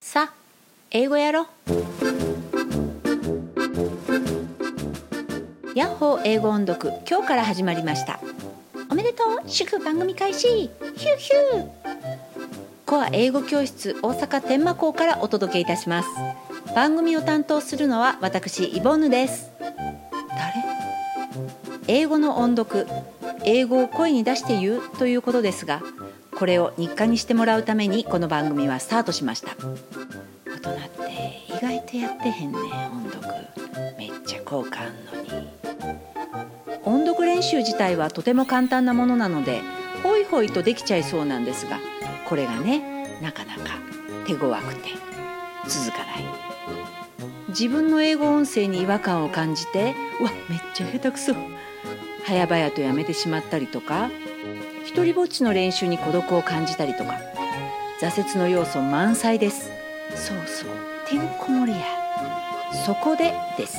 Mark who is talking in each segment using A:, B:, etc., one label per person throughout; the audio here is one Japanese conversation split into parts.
A: さ英語やろヤッホー英語音読今日から始まりましたおめでとう祝番組開始ヒューヒューコア英語教室大阪天満校からお届けいたします番組を担当するのは私イボンヌです誰英語の音読英語を声に出して言うということですがこれを日課にしてもらうためにこの番組はスタートしました大人って意外とやってへんね音読めっちゃ効果あんのに音読練習自体はとても簡単なものなのでホイホイとできちゃいそうなんですがこれがねなかなか手強くて続かない自分の英語音声に違和感を感じてうわめっちゃ下手くそ早々とやめてしまったりとか一人ぼっちの練習に孤独を感じたりとか挫折の要素満載ですそうそうてんこ盛りやそこでです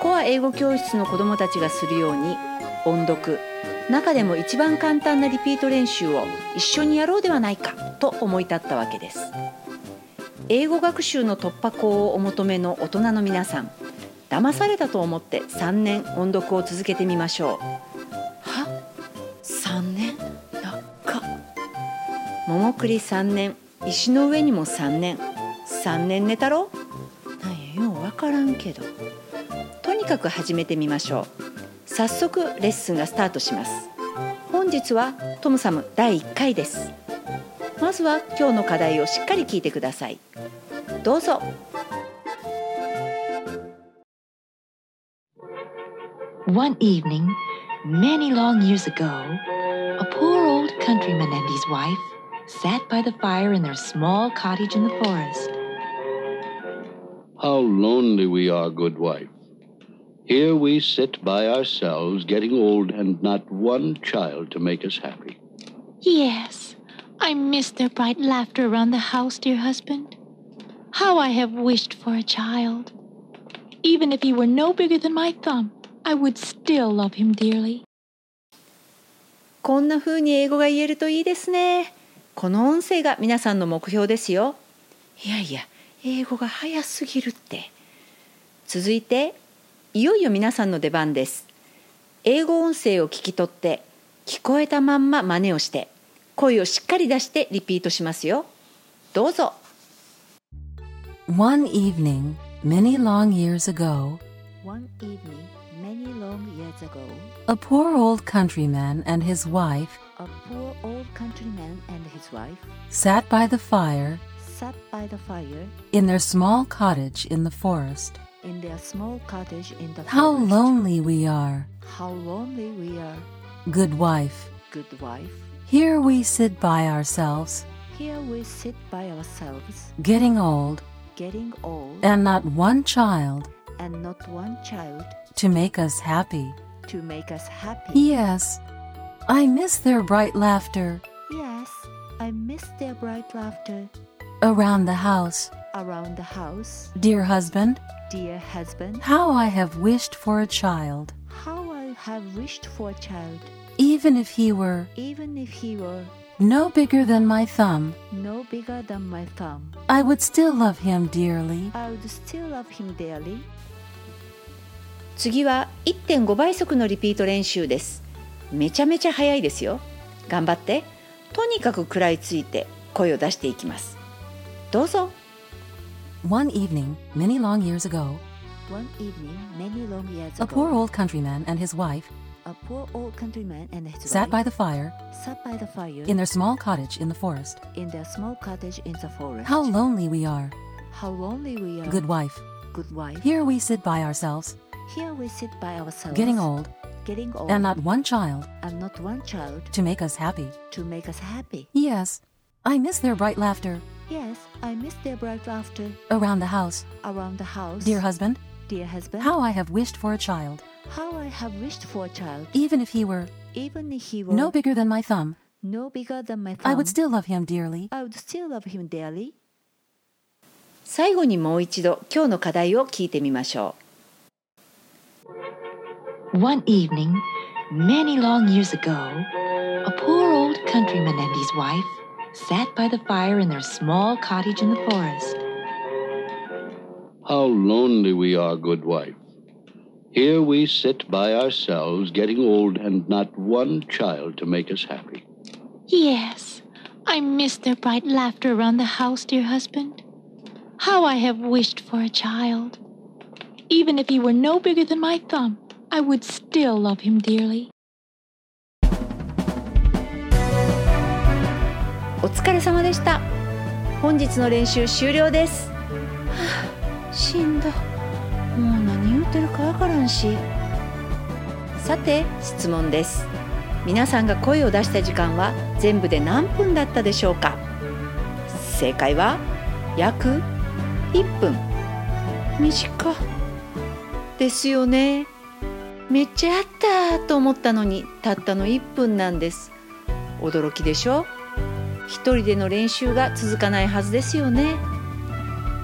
A: コア英語教室の子どもたちがするように音読中でも一番簡単なリピート練習を一緒にやろうではないかと思い立ったわけです英語学習の突破口をお求めの大人の皆さん騙されたと思って3年音読を続けてみましょうは3年なっか桃栗3年石の上にも3年3年寝たろなんやよう分からんけどとにかく始めてみましょう早速レッスンがスタートします本日はトムサム第1回ですまずは今日の課題をしっかり聞いてくださいどうぞ
B: One evening, many long years ago, a poor old countryman and his wife sat by the fire in their small cottage in the forest.
C: How lonely we are, good wife. Here we sit by ourselves, getting old, and not one child to make us happy.
D: Yes, I miss their bright laughter around the house, dear husband. How I have wished for a child. Even if he were no bigger than my thumb, I would still love him dearly.
A: こんな風に英語が言えるといいですねこの音声が皆さんの目標ですよいやいや英語が早すぎるって続いていよいよ皆さんの出番です英語音声を聞き取って聞こえたまんま真似をして声をしっかり出してリピートしますよどうぞ
B: One evening, many long years ago,
A: One evening many long years ago
B: a poor old countryman and his wife
A: a poor old countryman and his wife
B: sat by the fire
A: sat by the fire
B: in their small cottage in the forest.
A: in their small cottage in the
B: How lonely we are,
A: How lonely we are,
B: good wife.
A: good wife.
B: Here we sit by ourselves,
A: Here we sit by ourselves,
B: getting old,
A: getting old,
B: and not one child
A: and not one child
B: to make us happy.
A: to make us happy.
B: Yes, I miss their bright laughter
A: Yes, I miss their bright laughter
B: around the house.
A: around the house.
B: Dear husband,
A: Dear husband,
B: how I have wished for a child,
A: how I have wished for a child,
B: even if he were
A: even if he were
B: no bigger than my thumb.
A: no bigger than my thumb.
B: I would still love him dearly.
A: I would still love him dearly. 次は1.5倍速のリピート練習です。めちゃめちゃ早いですよ。頑張って。とにかく食らいついて声を出していきます。どうぞ。
B: One evening, many long years ago,
A: One evening, many long years
B: a poor old countryman and his wife
A: a poor old countryman and his
B: sat by the fire
A: sat by the fire
B: in their small cottage in the forest.
A: in their small cottage in the forest.
B: How lonely we are,
A: How lonely we are.
B: good wife.
A: Good wife.
B: Here we sit by ourselves,
A: Here we sit by ourselves.
B: getting old,
A: Getting old.
B: and not one child
A: and not one child
B: to make us happy.
A: to make us happy.
B: Yes, I miss their bright laughter
A: Yes, I miss their bright laughter
B: around the house.
A: around the house.
B: Dear husband,
A: Dear husband,
B: how I have wished for a child,
A: how I have wished for a child,
B: even if he were
A: even if he were
B: no bigger than my thumb.
A: no bigger than my thumb.
B: I would still love him dearly.
A: I would still love him dearly. 最後にもう一度今日の課題を聞いてみましょ
B: One evening, many long years ago, a poor old countryman and his wife sat by the fire in their small cottage in the forest.
C: How lonely we are, good wife. Here we sit by ourselves, getting old, and not one child to make us happy.
D: Yes, I miss their bright laughter around the house, dear husband. How I have wished for a child. Even if he were no bigger than my thumb, I would still love him dearly.
A: お疲れ様でした本日の練習終了です、はあ、死んだもう何言ってるかわからんしさて質問です皆さんが声を出した時間は全部で何分だったでしょうか正解は約1分短っですよねめっちゃやったーと思ったのにたったの1分なんです驚きでしょ一人での練習が続かないはずですよね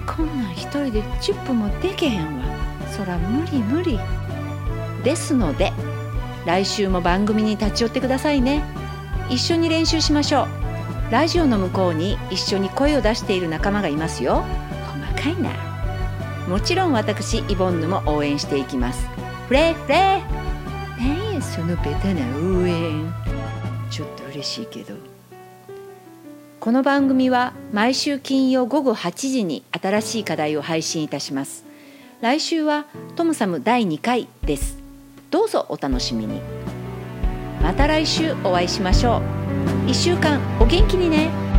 A: こんなん一人で10分もでけへんわそら無理無理ですので来週も番組に立ち寄ってくださいね一緒に練習しましょうラジオの向こうに一緒に声を出している仲間がいますよ細かいなもちろん私イボンヌも応援していきますフレフレ何やそのベタな応援ちょっと嬉しいけどこの番組は毎週金曜午後8時に新しい課題を配信いたします来週はトムサム第2回ですどうぞお楽しみにまた来週お会いしましょう1週間お元気にね